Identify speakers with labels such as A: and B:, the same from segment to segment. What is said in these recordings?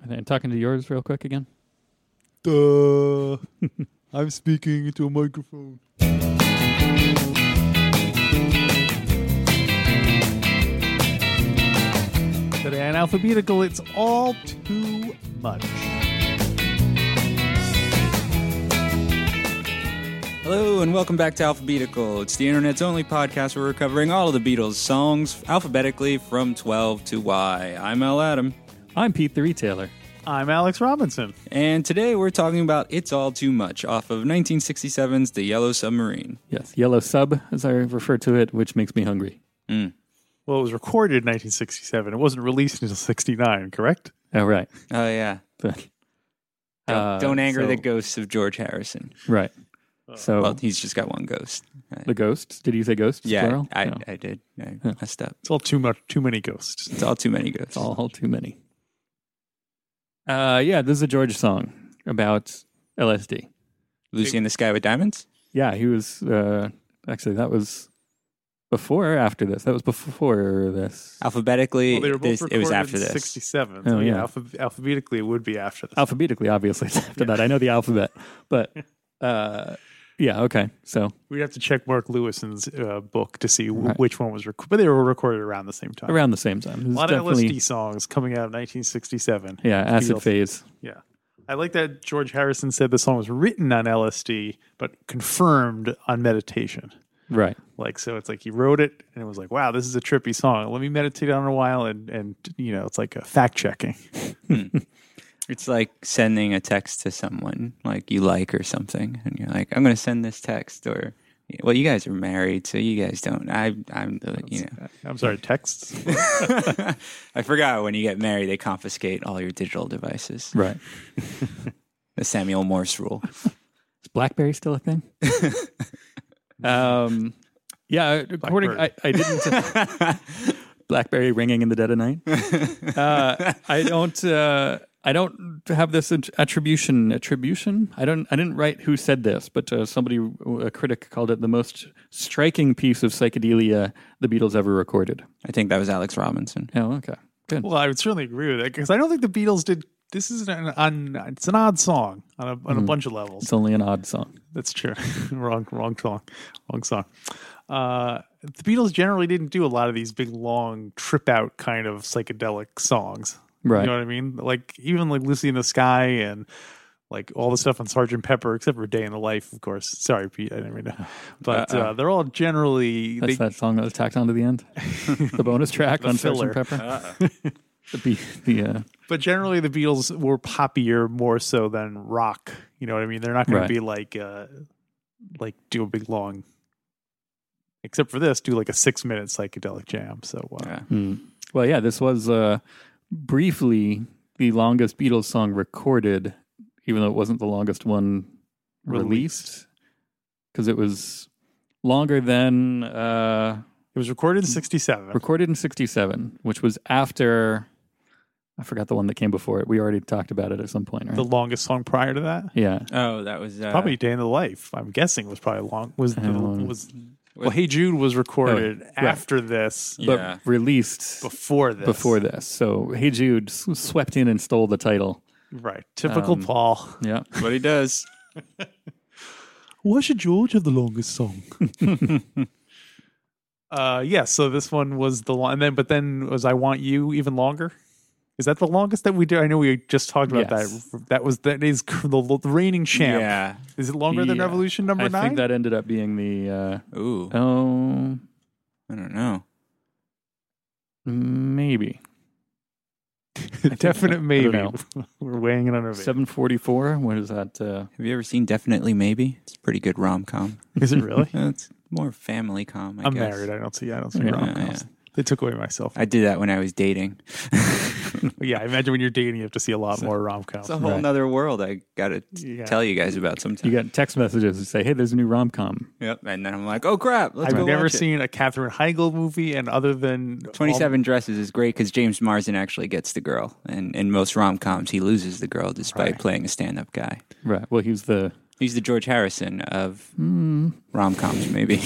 A: And then talking to yours real quick again.
B: Duh. I'm speaking into a microphone.
C: Today on Alphabetical, it's all too much.
D: Hello and welcome back to Alphabetical. It's the internet's only podcast where we're covering all of the Beatles songs alphabetically from 12 to Y. I'm Al Adam,
A: I'm Pete the Retailer.
C: I'm Alex Robinson.
D: and today we're talking about It's All Too Much off of 1967's The Yellow Submarine.
A: Yes, Yellow Sub, as I refer to it, which makes me hungry.
C: Well, it was recorded in 1967. It wasn't released until 69, correct?
A: Oh, right.
D: Oh, yeah.
A: But,
D: Don't,
A: uh,
D: don't anger
A: so- Oh.
D: the ghosts of George Harrison.
A: Right. So
D: Well, he's just got one ghost. I-
A: the ghosts. Did you say ghosts?
D: yeah,
A: plural?
D: I,
A: No.
D: I did. I messed up.
C: It's all too much, too many ghosts.
D: It's all too many ghosts.
A: It's all too many. Uh, yeah, this is a George song about LSD.
D: Lucy in the Sky with Diamonds?
A: Yeah, he was uh, actually that was before or after this. That was before this.
D: Alphabetically,
C: Well, they were both
D: this- it was
C: recorded
D: after
C: in
D: this.
C: 67.
A: Oh,
C: so
A: yeah.
C: alphab- alphabetically, it would be after this.
A: Alphabetically, obviously, it's after that. I know the alphabet, but uh, yeah, okay. So
C: We'd have to check Mark Lewison's uh, book to see w-
A: Right.
C: which one was recorded, but they were recorded around the same time.
A: around the same time. This
C: a
A: is
C: lot of
A: definitely
C: LSD songs coming out of 1967.
A: yeah, acid
C: Beatles.
A: phase.
C: Yeah. I like that George Harrison said the song was written on LSD, but confirmed on meditation.
A: Right.
C: Like, so it's like he wrote it and it was like, wow, this is a trippy song. Let me meditate on it a while. And, and you know, it's like a fact checking.
D: It's like sending a text to someone like you like or something, and you're like, "I'm going to send this text," or well, you guys are married, so you guys don't. I, I'm, the, you know,
C: I'm sorry, texts.
D: I forgot when you get married, they confiscate all your digital devices.
A: Right.
D: The Samuel Morse rule.
A: Is BlackBerry still a thing? um, yeah, according I,
C: Blackbird.
A: I didn't BlackBerry ringing in the dead of night. Uh, I don't. Uh, I don't have this att- attribution. Attribution. I don't. I didn't write who said this, but uh, somebody, a critic, called it the most striking piece of psychedelia the Beatles ever recorded.
D: I think that was Alex Robinson.
A: Oh, okay, good.
C: Well, I would certainly agree with that because I don't think the Beatles did. This is an, an it's an odd song on a, on
A: Mm.
C: a bunch of levels.
A: it's only an odd song.
C: That's true. wrong, wrong song, wrong song. Uh, the Beatles generally didn't do a lot of these big, long trip out kind of psychedelic songs.
A: Right.
C: You know what I mean? Like even like Lucy in the Sky and like all the stuff on Sergeant Pepper, except for Day in the Life, of course. Sorry, Pete, I didn't read that. But uh, they're all generally
A: Uh-uh. That's
C: they,
A: that song that was tacked onto the end, the bonus track on Sgt.
C: filler.
A: Pepper. the be- the uh,
C: but generally the Beatles were poppier more so than rock. You know what I mean? They're not going
A: Right.
C: to be like uh like do a big long except for this do like a 6 minute psychedelic jam. So uh,
D: Yeah.
A: Well, yeah, this was uh, briefly the longest Beatles song recorded, even though it wasn't the longest one released, because it was longer than uh,
C: it was recorded in 67.
A: recorded in '67, which was after I forgot the one that came before it. We already talked about it at some point, right?
C: the longest song prior to that.
A: yeah,
D: Oh, that was uh,
C: Probably Day in the Life. I'm guessing was probably long was the,
A: Um,
C: was well Hey Jude was
A: Oh,
C: recorded after this
D: Yeah.
A: but released
C: before this
A: before this. So Hey Jude s- swept in and stole the title. Um,
C: right typical Paul.
A: Yeah,
D: what he does.
C: Why should George have the longest song? uh yeah, so this one was the long and then but then was I Want You even longer? Is that the longest that we do? I know we just talked about
A: Yes.
C: that. That was that is cr- the, the reigning champ.
D: Yeah.
C: Is it longer than
A: Yeah.
C: Revolution number
A: I
C: nine?
A: think that ended up being the
D: Ooh,
A: uh, oh
D: I don't know.
A: maybe.
C: Definite maybe.
A: know.
C: We're weighing in on a
A: Seven forty four. What is that? Uh,
D: Have you ever seen Definitely Maybe? It's a pretty good rom com.
C: Is it really?
D: it's more family com. I
C: I'm
D: guess.
C: married. I don't see. I don't see
A: Yeah,
C: rom
D: yeah.
C: coms. They took away myself.
D: I did that when I was dating.
C: yeah, I imagine when you're dating, you have to see a lot more rom coms.
D: It's a whole
A: Right.
D: nother world I got to
C: Yeah.
D: tell you guys about sometime.
A: you got text messages that say, "Hey, there's a new rom com."
D: yep. And then I'm like, oh crap, let's
C: I've
D: go
C: never
D: watch it.
C: seen a Katherine Heigl movie, and other than
D: 27 Dresses is great because James Marsden actually gets the girl. And in most rom coms, he loses the girl despite playing a stand up guy.
A: Right. Well, he's the Hmm.
D: He's the George Harrison of rom coms, maybe.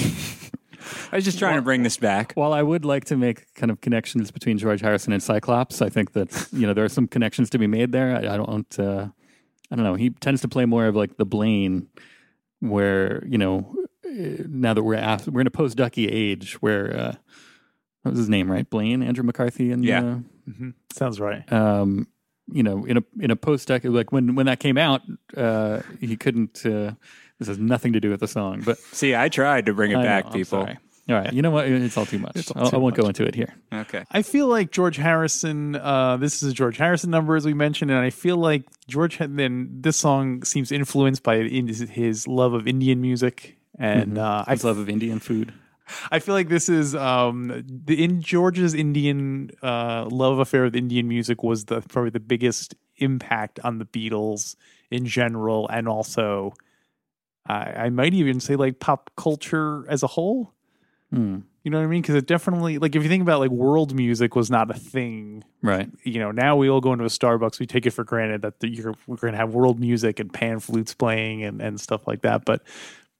D: I was just trying to bring this back.
A: While I would like to make kind of connections between George Harrison and Cyclops, I think that you know there are some connections to be made there. I, I don't, uh, I don't know. He tends to play more of like the Blaine, where you know eh, now that we're af- we're in a post Ducky age where uh, that was his name, right? Blaine, Andrew McCarthy, and
D: Yeah.
C: Sounds right.
A: uh, um, you know, in a in a post Ducky like when when that came out, uh, he couldn't. Uh, this has nothing to do with the song, but
D: See, I tried to bring it
A: I know,
D: back,
A: I'm
D: people.
A: sorry. All right, you know what? It's all too much. I'll- I won't go into it here.
D: Okay.
C: I feel like George Harrison. Uh, this is a George Harrison number, as we mentioned, and I feel like George. had- Then this song seems influenced by in- his love of Indian music, and uh, I
A: His love of Indian food.
C: I feel like this is um, the in George's Indian uh, love affair with Indian music was the probably the biggest impact on the Beatles in general, and also I, I might even say like pop culture as a whole. You know what I mean? Because it definitely like if you think about like world music was not a thing.
A: Right.
C: You know, now we all go into a Starbucks, we take it for granted that the, you're, we're going to have world music and pan flutes playing and, and stuff like that. But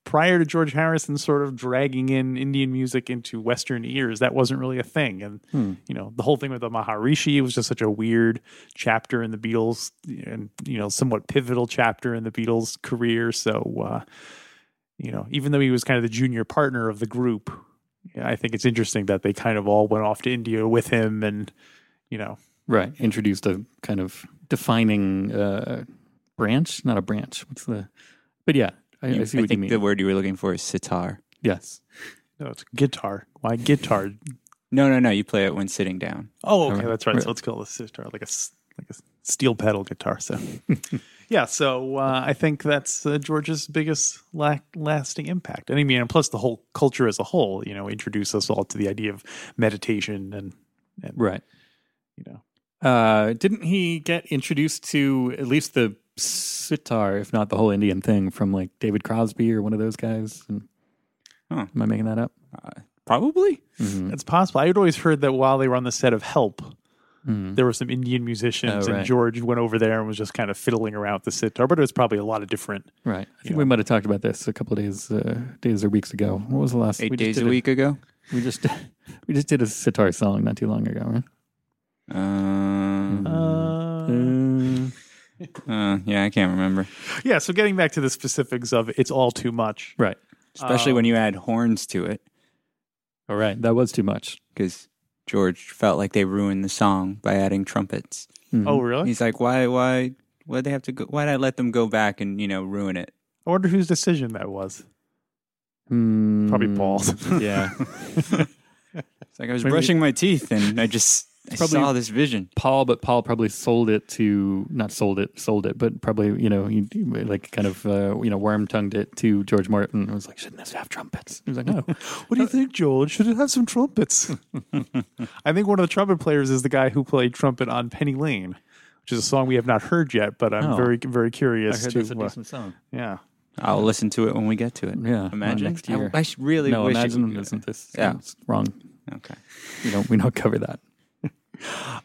C: prior to George Harrison sort of dragging in Indian music into Western ears, that wasn't really a thing. And you know, the whole thing with the Maharishi was just such a weird chapter in the Beatles, and you know, somewhat pivotal chapter in the Beatles' career. So, uh, you know, even though he was kind of the junior partner of the group, yeah, I think it's interesting that they kind of all went off to India with him, and you know,
A: Right. Introduced a kind of defining uh, branch, not a branch. What's the? But yeah, I, I see
D: I
A: what you
D: think
A: mean.
D: the word you were looking for is sitar.
A: yes.
C: no, it's guitar. Why guitar?
D: No, no, no. You play it when sitting down.
C: Oh, okay,
A: Or-
C: that's right.
A: or-
C: So let's call this guitar like a s- like a s- steel pedal guitar. So yeah, so uh, I think that's uh, George's biggest la- lasting impact. And I mean, and plus the whole culture as a whole, you know, introduced us all to the idea of meditation and
A: Right.
C: you know,
A: Uh, didn't he get introduced to at least the sitar, if not the whole Indian thing, from like David Crosby or one of those guys? And,
D: Huh.
A: Am I making that up?
D: Probably.
C: it's possible. I had always heard that while they were on the set of Help. There were some Indian musicians,
A: Oh,
C: and
A: right.
C: George went over there and was just kind of fiddling around with the sitar, but it was probably a lot of different.
A: Right. I think we might have talked about this a couple of days, uh, days or weeks ago. What was the last?
D: Eight
A: we just
D: days
A: did
D: a week ago.
A: We just we just did a sitar song not too long ago, right?
C: Mm.
D: Um,
C: Uh,
D: uh, yeah, I can't remember.
C: yeah, so getting back to the specifics of it's all too much.
A: Right.
D: Especially when you add horns to it,
A: Um, All right. That was too much.
D: because George felt like they ruined the song by adding trumpets.
A: Hmm. Mm-hmm.
C: Oh, really?
D: He's like, why, why, why would they have to go? Why would I let them go back and you know ruin it?
C: I wonder whose decision that was.
A: Hmm.
C: Probably Paul's.
A: Yeah.
D: It's like I was
A: Maybe-
D: brushing my teeth and I just I
A: Probably-
D: saw this vision.
A: Paul, but Paul probably sold it to not sold it, sold it, but probably you know he, like kind of uh, you know worm tongued it to George Martin. It was like, shouldn't this have trumpets? He was like, no,
C: what
A: Uh,
C: do you think, George? Should it have some trumpets? I think one of the trumpet players is the guy who played trumpet on Penny Lane, which is a song we have not heard yet, but I'm
A: Oh.
C: very, very curious to. uh,
A: song.
C: yeah.
D: I'll listen to it when we get to it.
A: Yeah,
D: imagine
A: next year.
D: I, I sh- really
A: no,
D: wish. it
A: imagine
D: would-
A: isn't this?
D: Yeah.
A: Yeah, it's wrong.
D: Okay.
A: We don't we don't cover that.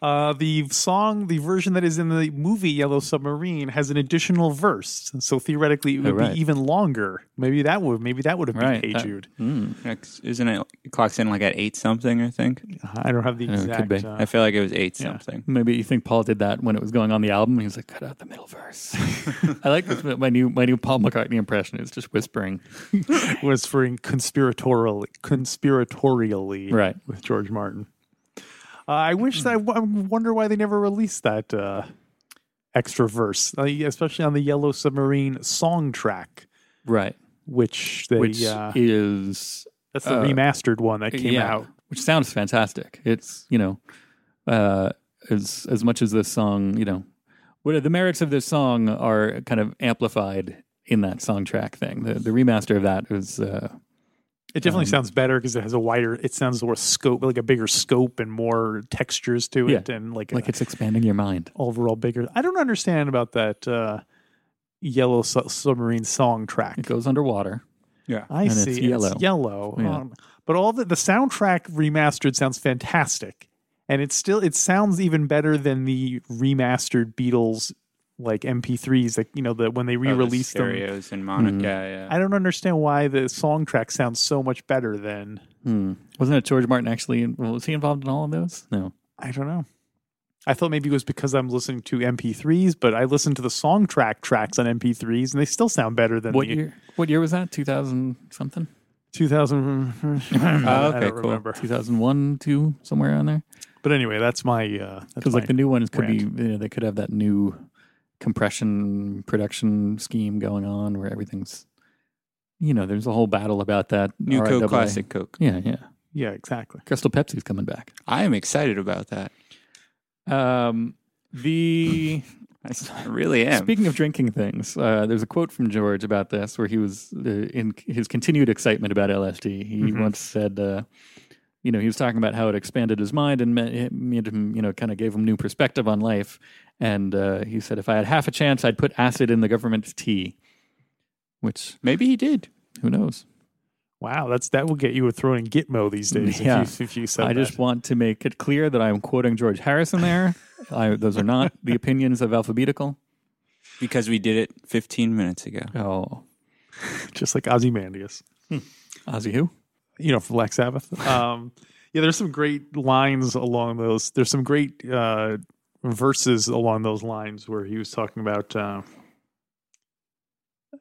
C: Uh, the song, the version that is in the movie Yellow Submarine, has an additional verse, so theoretically it would
A: Oh, right.
C: be even longer. Maybe that would, maybe that would have been
A: Right,
C: Hey
A: that- mm.
C: Jude.
D: Next- Isn't it, it clocks in like at eight something? I think.
C: I don't have the
A: it could
C: exact.
A: be.
D: I
C: Uh,
D: feel like it was eight something.
A: Maybe you think Paul did that when it was going on the album. He was like, cut out the middle verse. I like this, my new my new Paul McCartney impression is just whispering.
C: was for conspiratorially, conspiratorially,
A: Right.
C: with George Martin. Uh, I wish that I w- I wonder why they never released that uh, extra verse, uh, especially on the Yellow Submarine song track,
A: Right.
C: which they
A: Which
C: uh,
A: is
C: that's the
A: uh,
C: remastered one that came
A: yeah,
C: out.
A: which sounds fantastic. It's you know, uh, as as much as this song, you know, what are the merits of this song are kind of amplified in that song track thing. The the remaster of that was uh,
C: It definitely
A: Um,
C: sounds better because it has a wider. It sounds more scope, like a bigger scope and more textures to
A: Yeah.
C: it, and like
A: like
C: a,
A: it's expanding your mind.
C: overall bigger. I don't understand about that uh, Yellow Su- Submarine song track.
A: It goes underwater.
C: I
A: And it's
C: see. and
A: yellow.
C: It's yellow.
A: Yeah.
C: Um, but all the the soundtrack remastered sounds fantastic, and it's still it sounds even better than the remastered Beatles like MP3s that you know that when they re-release
D: oh, the
C: them.
D: stereos and Monica.
A: Mhm.
D: Yeah, yeah.
C: I don't understand why the song track sounds so much better than
A: Hmm. Wasn't it George Martin actually? in- well, Was he involved in all of those? No.
C: I don't know. I thought maybe it was because I'm listening to MP3s, but I listened to the song track tracks on MP3s, and they still sound better than
A: What
C: the
A: year? What year was that? Two thousand something?
C: 2000.
D: Oh,
C: I
D: okay,
C: don't
D: cool.
C: remember.
A: Two thousand one, two, somewhere on there.
C: But anyway, that's my. Uh, that's
A: Because
C: my
A: like the new ones could be, you know, they could have that new compression production scheme going on where everything's, you know, there's a whole battle about that.
D: New
A: RIAA.
D: Coke, classic Coke.
A: Yeah, yeah.
C: yeah, exactly.
A: Crystal Pepsi's coming back.
D: I am excited about that.
A: Um, the
D: I s- I really am.
A: Speaking of drinking things, uh, there's a quote from George about this where he was uh, in his continued excitement about LSD. He
C: Mhm.
A: once said, uh, you know, he was talking about how it expanded his mind and made it made him, you know, kind of gave him new perspective on life. And uh, he said, if I had half a chance, I'd put acid in the government's tea, which
D: Maybe he did.
A: who knows?
C: Wow, that's that will get you a thrown in Gitmo these days.
A: Yeah.
C: If you, if you said
A: I
C: that.
A: just want to make it clear that I'm quoting George Harrison there. I, those are not the opinions of alphabetical.
D: Because we did it 15 minutes ago.
A: Oh,
C: just like Ozymandias.
A: Ozzy who?
C: you know, from Black Sabbath. Um, yeah, there's some great lines along those. There's some great uh, verses along those lines where he was talking about. Uh,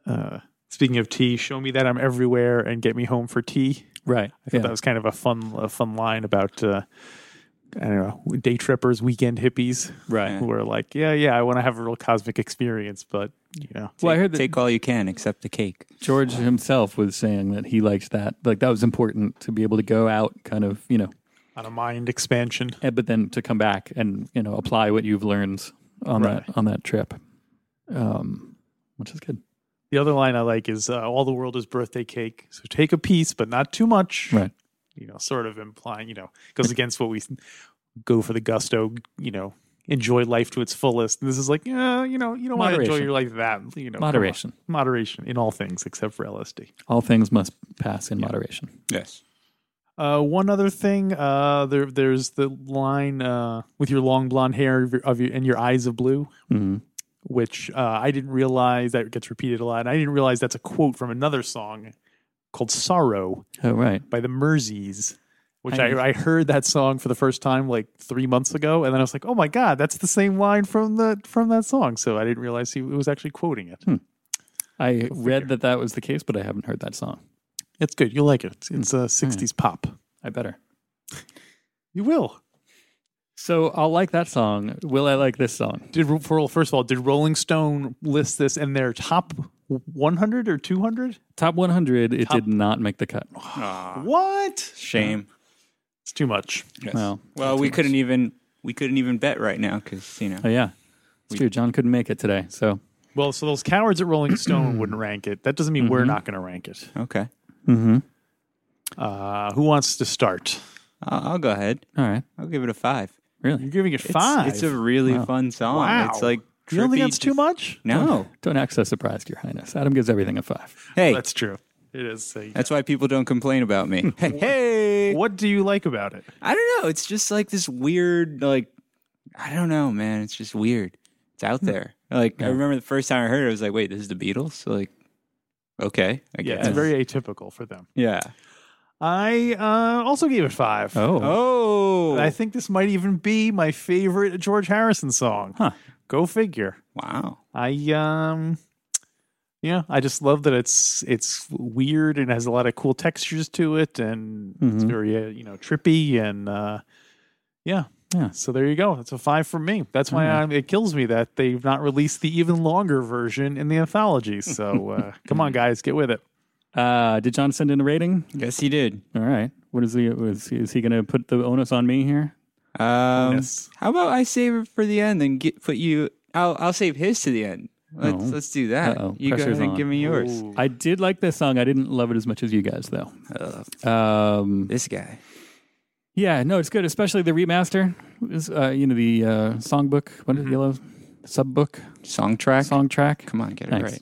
C: uh, speaking of tea, show me that I'm everywhere and get me home for tea.
A: Right.
C: I thought that was kind of a fun, a fun line about. Uh, I don't know, day trippers, weekend hippies,
A: Right.
C: who are like, yeah, yeah, I want to have a real cosmic experience, but you know,
A: Well, I heard that
D: Take all you can except the cake.
A: George himself was saying that he liked that. Like that was important to be able to go out, kind of, you know,
C: on a mind expansion.
A: and- but then to come back and you know apply what you've learned on that on that trip, um, which is good.
C: The other line I like is uh, all the world is birthday cake. So take a piece, but not too much.
A: Right.
C: You know, sort of implying, you know, goes against what we s- go for the gusto, you know, enjoy life to its fullest. And this is like, yeah, you know, you don't want to enjoy
A: Moderation.
C: your life that, you know, come on.
A: Moderation.
C: Moderation in all things except for LSD.
A: All things must pass in moderation.
D: Yes.
C: Uh, one other thing, uh, there, there's the line uh, with your long blonde hair of your, of your, and your eyes of blue.
A: hmm
C: which uh, I didn't realize that gets repeated a lot. And I didn't realize that's a quote from another song called Sorrow
A: Oh right.
C: by the Merseys, which
A: I-
C: I, I heard that song for the first time like three months ago. And then I was like, oh my God, that's the same line from the from that song. So I didn't realize he was actually quoting it.
A: I read that that was the case, but I haven't heard that song.
C: It's good. You'll like it. It's, it's uh, 60s pop.
A: I better.
C: You will.
A: So I'll like that song. Will I like this song?
C: Did Ro- for, First of all, did Rolling Stone list this in their top 100 or 200?
A: Top 100. It did not make the cut.
C: What?
D: Shame.
C: It's too much.
D: Yes.
A: Well,
D: well, we couldn't even we couldn't even bet right now because you know
A: Oh yeah, it's true. John couldn't make it today, so
C: Well, so those cowards at Rolling Stone wouldn't rank it. That doesn't mean
D: Mm-hmm.
C: we're not going to rank it.
D: Okay,
C: Uh, who wants to start?
D: I'll, I'll go ahead.
A: all right.
D: I'll give it a five.
A: Really?
C: You're giving it
D: It's,
C: five.
D: It's a really fun song.
C: wow.
D: It's like
C: you don't think
D: trippy,
C: that's too
D: just-
C: much?
D: No.
A: Don't act so surprised, Your Highness. Adam gives everything a five.
D: Hey,
C: That's true. It is. a-
D: that's why people don't complain about me. hey, hey.
C: what do you like about it?
D: I don't know. It's just like this weird, like, I don't know, man. It's just weird. It's out
A: Hmm.
D: there. Like, I remember the first time I heard it, I was like, wait, this is the Beatles? So, like, okay, I
C: Yeah,
D: guess.
C: it's very atypical for them.
D: yeah.
C: I uh, also gave it five.
A: Oh,
D: Oh,
C: I think this might even be my favorite George Harrison song.
A: Huh.
C: Go figure.
D: wow.
C: I um yeah, I just love that it's it's weird and has a lot of cool textures to it and it's
D: Mm-hmm.
A: Mhm.
C: very uh, you know trippy and uh yeah.
A: Yeah.
C: So there you go. That's a 5 from me. That's why
A: Alright.
C: I, it kills me that they've not released the even longer version in the anthology. So uh come on guys, get with it.
A: uh, did John send in a rating?
D: Yes, he did.
A: All right. What is he? Is he, is he going to put the onus on me here?
D: Um,
C: Yes.
D: How about I save it for the end and get put you? I'll I'll save his to the end. Let's
A: Oh.
D: let's do that.
A: Uh-oh.
D: You go
A: Pressure's
D: ahead and
A: on.
D: give me yours.
C: Ooh.
A: I did like this song. I didn't love it as much as you guys, though.
D: Ugh,
A: Um,
D: this guy.
A: yeah, no, it's good, especially the remaster. Is uh, you know the uh, songbook? What is it, yellow sub book
D: Song Mm-hmm. track.
A: song track?
D: Come on, get it
A: Thanks. Uh,
D: right.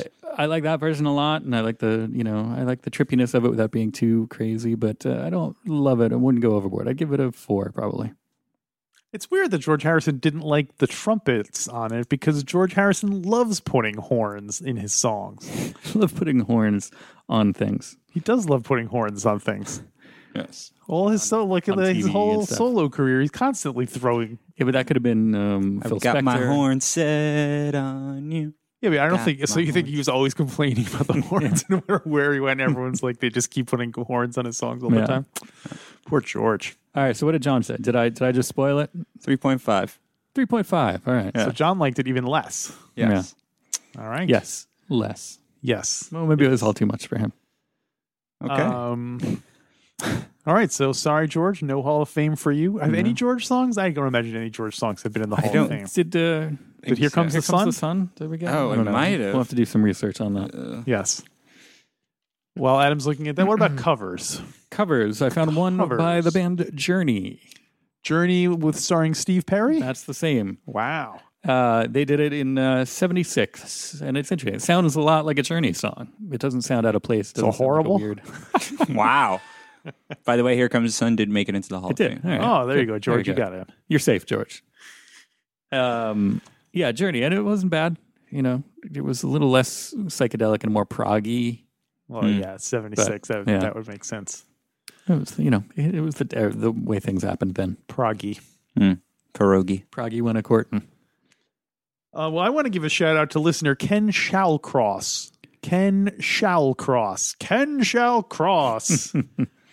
D: Professionals.
A: I like that version a lot, and I like the you know I like the trippiness of it without being too crazy. But uh, I don't love it. I wouldn't go overboard. I'd give it a four probably.
C: It's weird that George Harrison didn't like the trumpets on it because George Harrison loves putting horns in his songs.
A: I love putting horns on things.
C: He does love putting horns on things.
A: Yes.
C: All his so look at
A: on
C: his
A: TV
C: whole
A: and stuff.
C: solo career, he's constantly throwing.
A: Yeah, but that could have been um, Phil
D: I've got my
A: Spector.
D: horn set on you.
C: Yeah, but I don't
D: God,
C: think so.
D: my
C: You think he was always complaining about the horns and where, where he went? Everyone's like they just keep putting horns on his songs all
A: Yeah.
C: the time. Poor George.
A: All right. So what did John say? Did I did I just spoil it?
D: 3.5.
A: Three point five. All right.
C: So John liked it even less.
D: Yes.
C: All right.
A: yes. Less.
C: Yes.
A: Well, maybe it was all too much for him.
D: Uh, Okay.
C: Um, all right. So sorry, George. No Hall of Fame for you. Have any George songs? I don't imagine any George songs have been in the Hall
D: don't
C: of Fame.
A: Did uh,
C: But here comes
A: Here comes
C: the sun.
A: the sun. There we go.
D: Oh,
A: I
D: it
A: don't know.
D: might have.
A: We'll have to do some research on that.
D: Uh,
C: Yes. While Adam's looking at that, what about covers?
A: Covers. I found one by
C: Covers.
A: the band Journey.
C: Journey with starring Steve Perry.
A: That's the same.
C: Wow.
A: Uh, they did it in uh, 76, and it's interesting. It sounds a lot like a Journey song. It doesn't sound out of place. It's
C: horrible?
A: weird.
D: wow. By the way, Here Comes the Sun did make it into the Hall
A: It
D: of Fame.
A: did. All right.
C: Oh, there you go, George.
A: you
C: you got it.
A: You're safe, George. Um, yeah, Journey, and it wasn't bad. You know, it was a little less psychedelic and more proggy.
C: Well, yeah, seventy six. That,
A: yeah.
C: that would make sense.
A: It was, you know, it, it was the uh, the way things happened then.
C: Proggy.
D: Pierogi.
A: Proggy went a courtin'.
C: Uh, well, I want to give a shout out to listener Ken Shalcross. Ken Shalcross. Ken Shalcross.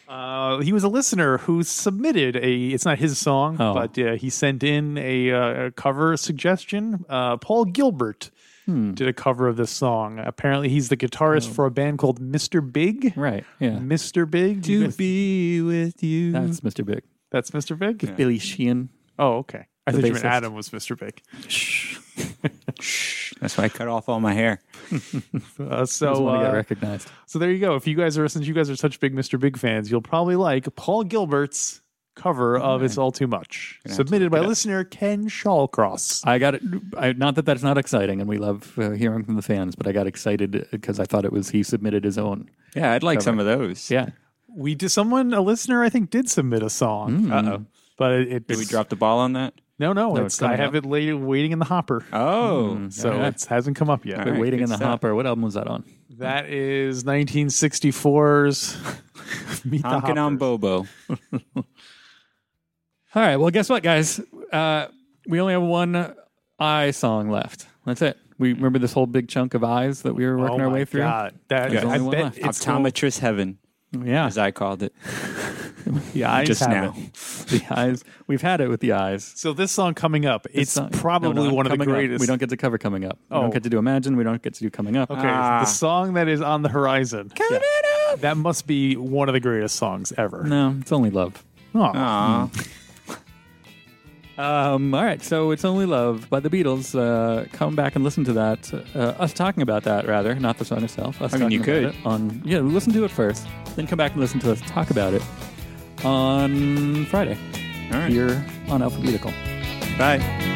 C: uh, he was a listener who submitted a. It's not his song,
A: Oh.
C: but uh, he sent in a, uh, a cover suggestion. Uh, Paul Gilbert did a cover of this song. Apparently, he's the guitarist for a band called Mr. Big.
A: Right. Yeah.
C: Mr. Big. You guys-
D: be with you.
A: Mm-hmm. That's Mr. Big.
C: That's Mr. Big.
A: Billy Sheehan.
C: Oh, okay. I
A: The
C: thought you meant
A: bassist.
C: Adam was Mr. Big.
D: That's why I cut off all my hair.
C: Uh,
A: Doesn't
C: so
A: want to get
C: uh,
A: recognized.
C: So there you go. If you guys are, since you guys are such big Mr. Big fans, you'll probably like Paul Gilbert's cover of "It's All Too Much," submitted by listener Ken Shawcross.
A: I got it. I, not that that's not exciting, and we love uh, hearing from the fans, but I got excited because I thought it was he submitted his own.
D: Yeah, I'd like some of those.
A: Yeah.
C: We did someone, a listener, I think, did submit a song. Uh oh. But it, it's,
D: Did we drop the ball on that?
C: No, no.
A: it's
C: it's, I
A: coming
C: have it later, waiting in the hopper.
D: Oh.
C: so it hasn't come up yet.
D: All right,
A: Waiting in
D: good
A: the
D: stuff.
A: Hopper. What album was that on?
C: That is 1964's Meet the
D: Honking on
C: Hoppers.
D: Bobo.
A: All right. Well, guess what, guys? Uh, we only have one I song left. That's it. We remember this whole big chunk of eyes that we were
C: Oh
A: working our
C: my
A: way through.
C: God. That,
A: There's
C: I
A: only one
C: bet
A: left.
C: it's going-
D: Optometrist Heaven,
A: Yeah,
D: as I called it
C: the eyes
D: just
C: have
D: now.
C: it.
A: the eyes. We've had it with the eyes.
C: So this song coming up, it's
A: not- no,
C: probably
A: no,
C: one of the
A: coming up.
C: greatest.
A: We don't get to cover coming up. We
C: Oh.
A: don't get to do Imagine. We don't get to do coming up.
C: Okay,
D: Ah.
C: the song that is on the horizon.
A: Yeah.
C: That must be one of the greatest songs ever.
A: No, it's only love.
C: Oh,
D: Aw.
A: Um, all right, so it's only love by the Beatles. Uh, come back and listen to that. Uh, us talking about that rather, not the song itself. Us
D: I mean, you
A: talking about
D: could.
A: it on yeah. Listen to it first, then come back and listen to us talk about it on Friday
D: All right.
A: here on Alphabetical.
D: Bye.